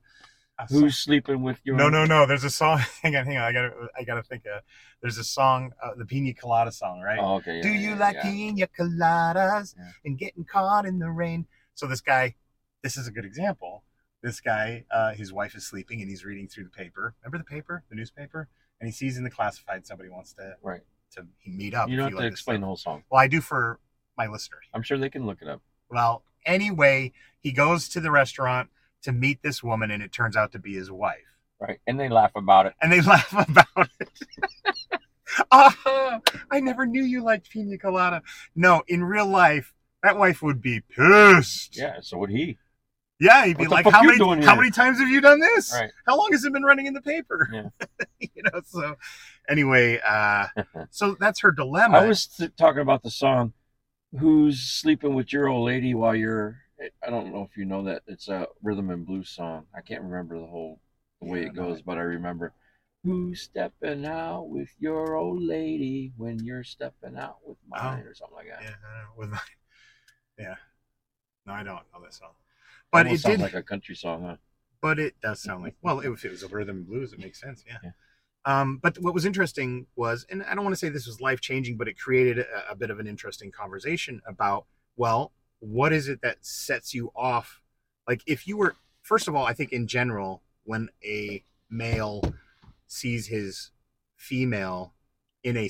Speaker 4: uh,
Speaker 3: Who's sleeping with your?
Speaker 4: No, no, no. There's a song. [LAUGHS] Hang on, hang on. I gotta, I gotta think. Of, there's a song, uh, the Pina Colada song, right?
Speaker 3: Oh, okay. yeah,
Speaker 4: Do
Speaker 3: yeah,
Speaker 4: you
Speaker 3: yeah,
Speaker 4: like
Speaker 3: yeah.
Speaker 4: pina coladas
Speaker 3: Yeah.
Speaker 4: and getting caught in the rain? So this guy, this is a good example. This guy, uh, his wife is sleeping and he's reading through the paper. Remember the paper, the newspaper? And he sees in the classified somebody wants to
Speaker 3: Right.
Speaker 4: to meet up.
Speaker 3: You
Speaker 4: if
Speaker 3: don't have to
Speaker 4: like this
Speaker 3: explain
Speaker 4: stuff.
Speaker 3: the whole song.
Speaker 4: Well, I do for my listeners.
Speaker 3: I'm sure they can look it up.
Speaker 4: Well, anyway, he goes to the restaurant to meet this woman, and it turns out to be his wife.
Speaker 3: Right. And they laugh about it.
Speaker 4: and they [LAUGHS] laugh about it. Ah, I never knew you liked pina colada. No, in real life, that wife would be pissed.
Speaker 3: Yeah. So would he?
Speaker 4: yeah, he'd be
Speaker 3: What the
Speaker 4: like,
Speaker 3: fuck
Speaker 4: "How
Speaker 3: you
Speaker 4: many
Speaker 3: doing
Speaker 4: how
Speaker 3: here?"
Speaker 4: many times have you done this?
Speaker 3: Right.
Speaker 4: How long has it been running in the paper?" [LAUGHS] you know. So, anyway,
Speaker 3: [LAUGHS]
Speaker 4: uh, so that's her dilemma.
Speaker 3: I was th- talking about the song "Who's Sleeping with Your Old Lady" while you're. I don't know if you know that it's a rhythm and blues song. I can't remember the whole the way
Speaker 4: Yeah,
Speaker 3: it
Speaker 4: no,
Speaker 3: goes, but I remember. Who's stepping out with your old lady when you're stepping out with mine or something like that?
Speaker 4: Oh. yeah, with my, yeah. No, I don't know that song,
Speaker 3: But
Speaker 4: but
Speaker 3: Almost
Speaker 4: it
Speaker 3: sounds
Speaker 4: did.
Speaker 3: like a country song, huh?
Speaker 4: but it does sound like well if it was a rhythm and blues it makes sense yeah,
Speaker 3: Yeah.
Speaker 4: um but what was interesting was and i don't want to say this was life changing but it created a, a bit of an interesting conversation about well what is it that sets you off like if you were first of all i think in general when a male sees his female in a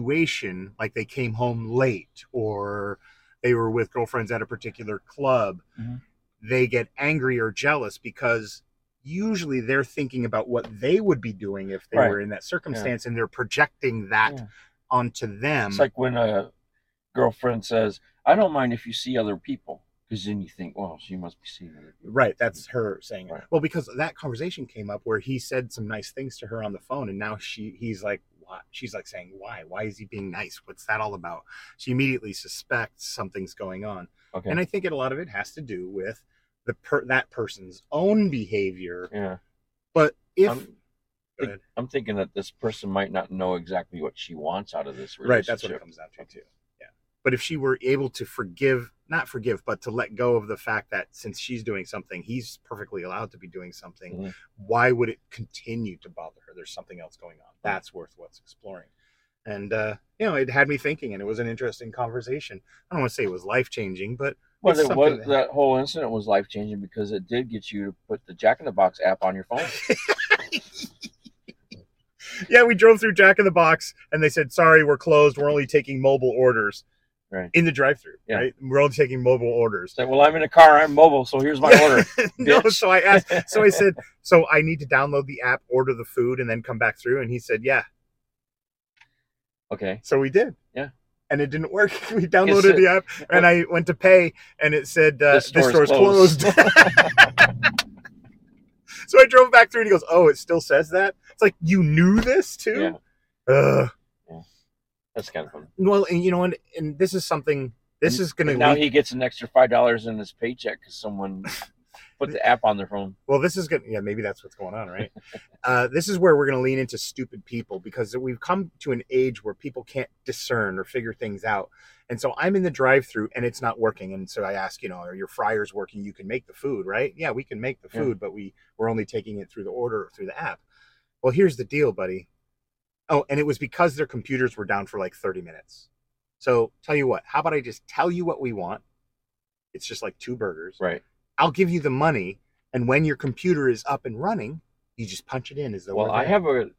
Speaker 4: situation like they came home late or they were with girlfriends at a particular club
Speaker 3: Mhm.
Speaker 4: they get angry or jealous because usually they're thinking about what they would be doing if they
Speaker 3: Right.
Speaker 4: were in that circumstance and they're projecting that
Speaker 3: Yeah.
Speaker 4: onto them
Speaker 3: It's like when a girlfriend says, "I don't mind if you see other people," because then you think, "Well, she must be seeing other people."
Speaker 4: Right, that's her saying. it.
Speaker 3: Right.
Speaker 4: Well, because that conversation came up where he said some nice things to her on the phone, and now she he's like, why? She's like saying, why? Why is he being nice? What's that all about? She immediately suspects something's going on,
Speaker 3: Okay.
Speaker 4: and I think it, a lot of it has to do with the per, that person's own behavior.
Speaker 3: yeah.
Speaker 4: But if
Speaker 3: I'm-
Speaker 4: Go ahead.
Speaker 3: I'm thinking that this person might not know exactly what she wants out of this relationship.
Speaker 4: right, that's what it comes down to too. Yeah, but if she were able to forgive, not forgive, but to let go of the fact that since she's doing something, he's perfectly allowed to be doing something.
Speaker 3: Mhm.
Speaker 4: why would it continue to bother her? There's something else going on. That's worth what's exploring. And uh, you know, it had me thinking, and it was an interesting conversation. I don't want to say it was life changing, but
Speaker 3: Well,
Speaker 4: It's
Speaker 3: it was,
Speaker 4: something that-
Speaker 3: that whole incident was life changing because it did get you to put the Jack in the Box app on your
Speaker 4: [LAUGHS]
Speaker 3: phone.
Speaker 4: yeah, we drove through Jack in the Box, and they said, "Sorry, we're closed. We're only taking mobile orders."
Speaker 3: Right.
Speaker 4: In the drive-through,
Speaker 3: Yeah.
Speaker 4: right? We're only taking mobile orders.
Speaker 3: It's like, well, I'm in a car, I'm mobile, so here's my
Speaker 4: [LAUGHS]
Speaker 3: order.
Speaker 4: no,
Speaker 3: bitch.
Speaker 4: so I asked. So
Speaker 3: [LAUGHS]
Speaker 4: I said, "So I need to download the app, order the food, and then come back through." And he said, "Yeah."
Speaker 3: Okay.
Speaker 4: So we did.
Speaker 3: Yeah.
Speaker 4: and it didn't work. [LAUGHS] We downloaded
Speaker 3: It's-
Speaker 4: the
Speaker 3: [LAUGHS]
Speaker 4: app and I went to pay and it said uh,
Speaker 3: This
Speaker 4: this,
Speaker 3: store is
Speaker 4: store's
Speaker 3: closed."
Speaker 4: closed.
Speaker 3: [LAUGHS]
Speaker 4: [LAUGHS] so I drove back through and he goes, "Oh, it still says that." It's like you knew this too. Ugh.
Speaker 3: That's kind of fun.
Speaker 4: Well, and you know, and, and this is something. This is going
Speaker 3: now
Speaker 4: to
Speaker 3: he gets an extra five dollars in his paycheck because someone put the app on their phone.
Speaker 4: Well, this is gonna yeah, maybe that's what's going on, right? uh, this is where we're gonna lean into stupid people because we've come to an age where people can't discern or figure things out. And so I'm in the drive-through and it's not working. And so I ask, you know, are your fryers working? You can make the food, right? Yeah, we can make the
Speaker 3: Yeah.
Speaker 4: food, but we we're only taking it through the order through the app. Well, here's the deal, buddy. Oh, and it was because their computers were down for like 30 minutes. So tell you what, how about I just tell you what we want? It's just like two burgers.
Speaker 3: Right.
Speaker 4: I'll give you the money, and when your computer is up and running, you just punch it in as though.
Speaker 3: Well,
Speaker 4: we're
Speaker 3: I
Speaker 4: there.
Speaker 3: have a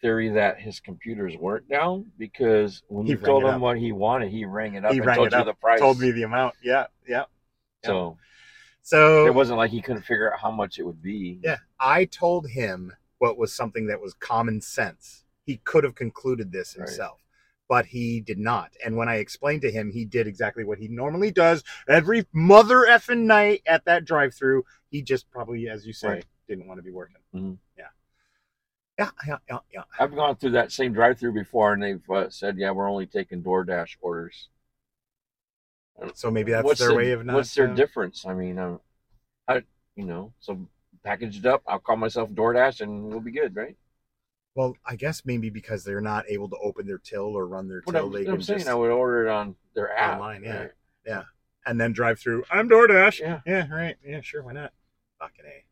Speaker 3: theory that his computers weren't down because when
Speaker 4: He
Speaker 3: you
Speaker 4: rang
Speaker 3: told
Speaker 4: it
Speaker 3: him
Speaker 4: up.
Speaker 3: what he wanted, he rang it up
Speaker 4: He
Speaker 3: and
Speaker 4: rang
Speaker 3: told
Speaker 4: it
Speaker 3: you
Speaker 4: up,
Speaker 3: the price.
Speaker 4: told me the amount. Yeah, yeah.
Speaker 3: So it
Speaker 4: So
Speaker 3: wasn't like he couldn't figure out how much it would be.
Speaker 4: yeah, I told him what was something that was common sense. He could have concluded this
Speaker 3: Right.
Speaker 4: himself, but he did not. And when I explained to him, he did exactly what he normally does every mother effing night at that drive-through. He just probably, as you said,
Speaker 3: Right.
Speaker 4: didn't want to be working.
Speaker 3: Mhm.
Speaker 4: Yeah. Yeah, yeah, yeah, yeah.
Speaker 3: I've gone through that same drive-through before, and they've uh, said, "Yeah, we're only taking DoorDash orders."
Speaker 4: So maybe that's
Speaker 3: what's
Speaker 4: their way of not.
Speaker 3: What's their
Speaker 4: uh,
Speaker 3: difference? I mean, um, I, you know, so packaged up, I'll call myself DoorDash, and we'll be good, right?
Speaker 4: Well, I guess maybe because they're not able to open their till or run their
Speaker 3: What
Speaker 4: till,
Speaker 3: I'm,
Speaker 4: they
Speaker 3: what
Speaker 4: can
Speaker 3: I'm saying,
Speaker 4: just
Speaker 3: I would order it on their app.
Speaker 4: Online, yeah.
Speaker 3: right?
Speaker 4: and then drive through. I'm DoorDash.
Speaker 3: Yeah.
Speaker 4: Yeah, right. Yeah, sure. Why not? Fucking a,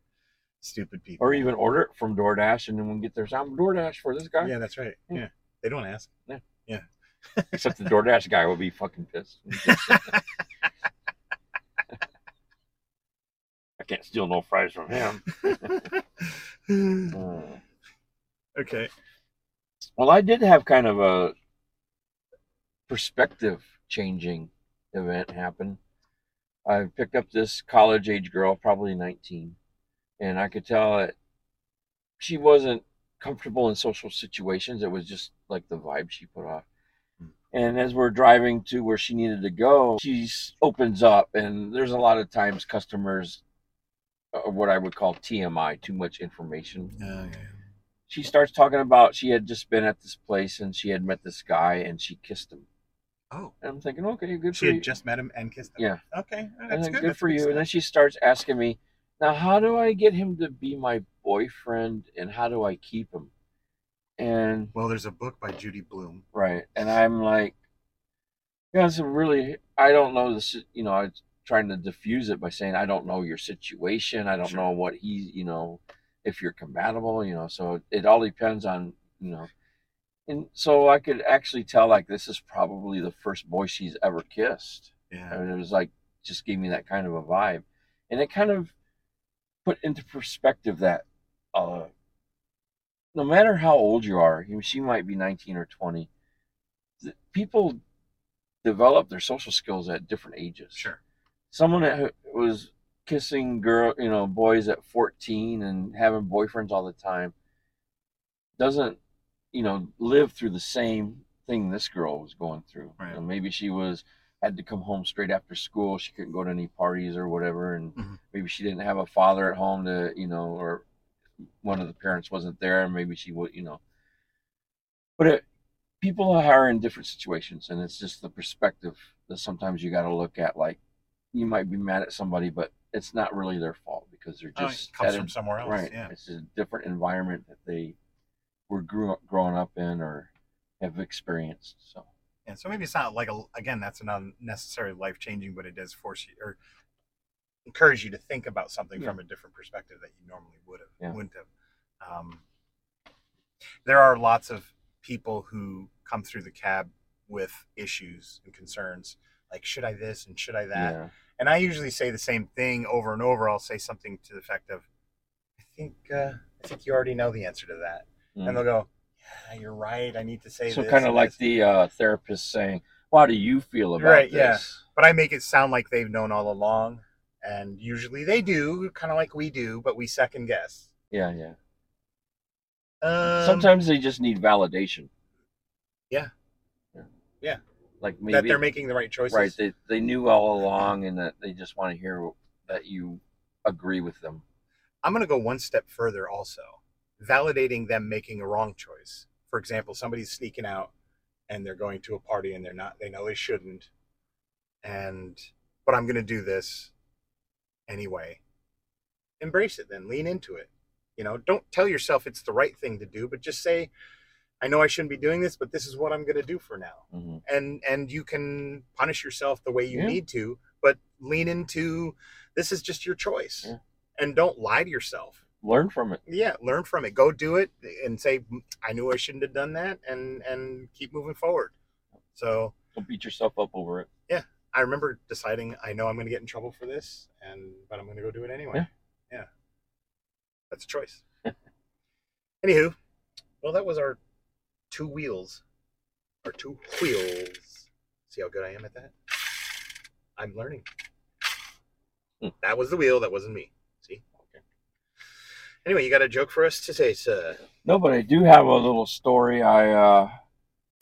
Speaker 4: stupid people.
Speaker 3: Or even order it from DoorDash, and then we can get there. So I'm DoorDash for this guy.
Speaker 4: Yeah, that's right.
Speaker 3: Yeah.
Speaker 4: Yeah, they don't
Speaker 3: [LAUGHS]
Speaker 4: ask.
Speaker 3: Except the DoorDash guy will be fucking pissed. I can't steal no fries from him. Uh,
Speaker 4: okay.
Speaker 3: Well, I did have kind of a perspective changing event happen. I picked up this college age girl, probably 19, and I could tell that she wasn't comfortable in social situations. It was just like the vibe she put off. And as we're driving to where she needed to go, she s- opens up, and there's a lot of times customers are what I would call TMI, too much information
Speaker 4: Uh,
Speaker 3: she starts talking about she had just been at this place and she had met this guy and she kissed him.
Speaker 4: oh,
Speaker 3: And I'm thinking, okay, good
Speaker 4: she
Speaker 3: for
Speaker 4: had
Speaker 3: you.
Speaker 4: just met him and kissed him.
Speaker 3: yeah,
Speaker 4: Okay, well,
Speaker 3: and
Speaker 4: that's
Speaker 3: then
Speaker 4: good.
Speaker 3: good,
Speaker 4: That's
Speaker 3: for
Speaker 4: a
Speaker 3: you. And then
Speaker 4: sign.
Speaker 3: she starts asking me, now how do I get him to be my boyfriend and how do I keep him? And
Speaker 4: Well, there's a book by Judy Bloom.
Speaker 3: right, and I'm like, guys, I'm really, I don't know this. You know, I'm trying to diffuse it by saying I don't know your situation. I don't
Speaker 4: Sure.
Speaker 3: know what he, you know, if you're compatible. You know, so it all depends on you know and so I could actually tell like this is probably the first boy she's ever kissed.
Speaker 4: Yeah.
Speaker 3: And it was like just gave me that kind of a vibe. And it kind of put into perspective that uh no matter how old you are, you she might be 19 or 20, th- people develop their social skills at different ages.
Speaker 4: Sure.
Speaker 3: Someone that h- was kissing girl, you know, boys at 14 and having boyfriends all the time doesn't you know, live through the same thing this girl was going through. You
Speaker 4: Right.
Speaker 3: know, maybe she was had to come home straight after school. She couldn't go to any parties or whatever, and
Speaker 4: Mhm.
Speaker 3: maybe she didn't have a father at home to, you know, or one of the parents wasn't there, and maybe she would, you know. But it, people are in different situations, and it's just the perspective that sometimes you got to look at. Like, you might be mad at somebody, but it's not really their fault because they're
Speaker 4: Oh, it
Speaker 3: just
Speaker 4: comes
Speaker 3: at a
Speaker 4: from somewhere else.
Speaker 3: Right.
Speaker 4: Yeah.
Speaker 3: It's a different environment that they were grew up, growing up in or have experienced. So
Speaker 4: Yeah, so maybe it's not like a again that's not necessarily life changing, but it does force you or encourage you to think about something
Speaker 3: Yeah.
Speaker 4: from a different perspective that you normally would have
Speaker 3: Yeah.
Speaker 4: wouldn't have. Um, there are lots of people who come through the cab with issues and concerns like should I this and should I that,
Speaker 3: yeah,
Speaker 4: and I usually say the same thing over and over. I'll say something to the effect of, "I think uh, I think you already know the answer to that,"
Speaker 3: Mm.
Speaker 4: and they'll go, "Yeah, you're right. I need to say."
Speaker 3: so
Speaker 4: this
Speaker 3: kind of
Speaker 4: and
Speaker 3: like
Speaker 4: this."
Speaker 3: the uh, therapist saying, "Well, "How do you feel about
Speaker 4: Right, yeah.
Speaker 3: this?"
Speaker 4: but I make it sound like they've known all along, and usually they do, kind of like we do, but we second guess.
Speaker 3: Yeah, yeah.
Speaker 4: Um,
Speaker 3: Sometimes they just need validation.
Speaker 4: Yeah.
Speaker 3: like maybe
Speaker 4: that they're making the right choices.
Speaker 3: right. They they knew all along, and that they just want to hear that you agree with them.
Speaker 4: I'm going to go one step further also, validating them making a wrong choice. For example, somebody's sneaking out and they're going to a party and they're not, they know they shouldn't. And, but I'm going to do this anyway. Embrace it then, lean into it. You know, don't tell yourself it's the right thing to do, but just say, I know I shouldn't be doing this, but this is what I'm going to do for now.
Speaker 3: Mhm.
Speaker 4: and and you can punish yourself the way you
Speaker 3: Yeah.
Speaker 4: need to but lean into this is just your choice
Speaker 3: Yeah.
Speaker 4: and don't lie to yourself
Speaker 3: Learn from it.
Speaker 4: yeah learn from it go do it and say i knew i shouldn't have done that and and keep moving forward so
Speaker 3: Don't beat yourself up over it.
Speaker 4: i remember deciding i know i'm going to get in trouble for this and but i'm going to go do it anyway
Speaker 3: Yeah.
Speaker 4: yeah that's a choice [LAUGHS] anywho well that was our two wheels our two wheels see how good i am at that i'm learning
Speaker 3: Hmm.
Speaker 4: that was the wheel that wasn't me see okay anyway you got a joke for us to say sir
Speaker 3: No, but I do have a little story. I uh,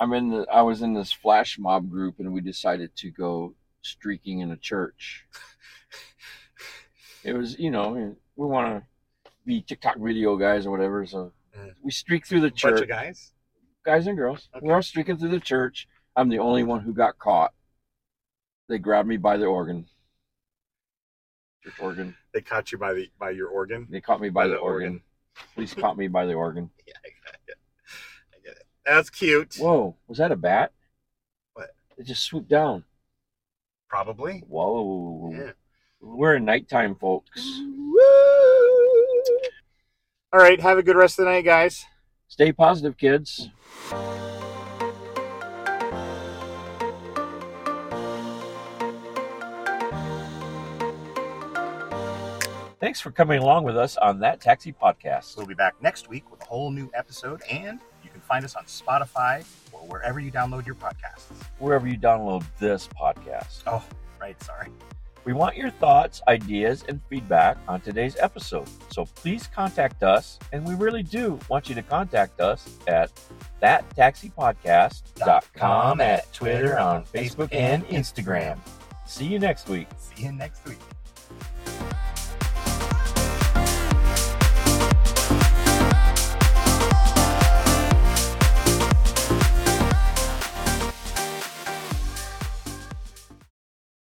Speaker 3: I'm in the I was in this flash mob group, and we decided to go streaking in a
Speaker 4: [LAUGHS]
Speaker 3: church. it was you know we want to be TikTok video guys or whatever, so
Speaker 4: Mm.
Speaker 3: we streak through the
Speaker 4: bunch of
Speaker 3: church,
Speaker 4: guys
Speaker 3: guys and girls.
Speaker 4: Okay.
Speaker 3: We're all streaking through the church. I'm the only one who got caught. They grabbed me by the organ. Church organ.
Speaker 4: they caught you by the by your organ
Speaker 3: They caught me by, the, organ. Police caught me by the organ.
Speaker 4: yeah i got it i get it that's cute
Speaker 3: Whoa, was that a bat?
Speaker 4: What?
Speaker 3: It just swooped down.
Speaker 4: probably
Speaker 3: Whoa.
Speaker 4: Yeah.
Speaker 3: We're in nighttime, folks.
Speaker 4: All right. Have a good rest of the night, guys.
Speaker 3: Stay positive, kids. Thanks for coming along with us on that taxi podcast.
Speaker 4: We'll be back next week with a whole new episode, and you can find us on Spotify or wherever you download your podcasts.
Speaker 3: wherever you download this podcast.
Speaker 4: Oh, right. Sorry.
Speaker 3: We want your thoughts, ideas, and feedback on today's episode. So please contact us, and we really do want you to contact us at thattaxipodcast.com at Twitter, on Facebook, and Instagram. See you next week.
Speaker 4: See you next week.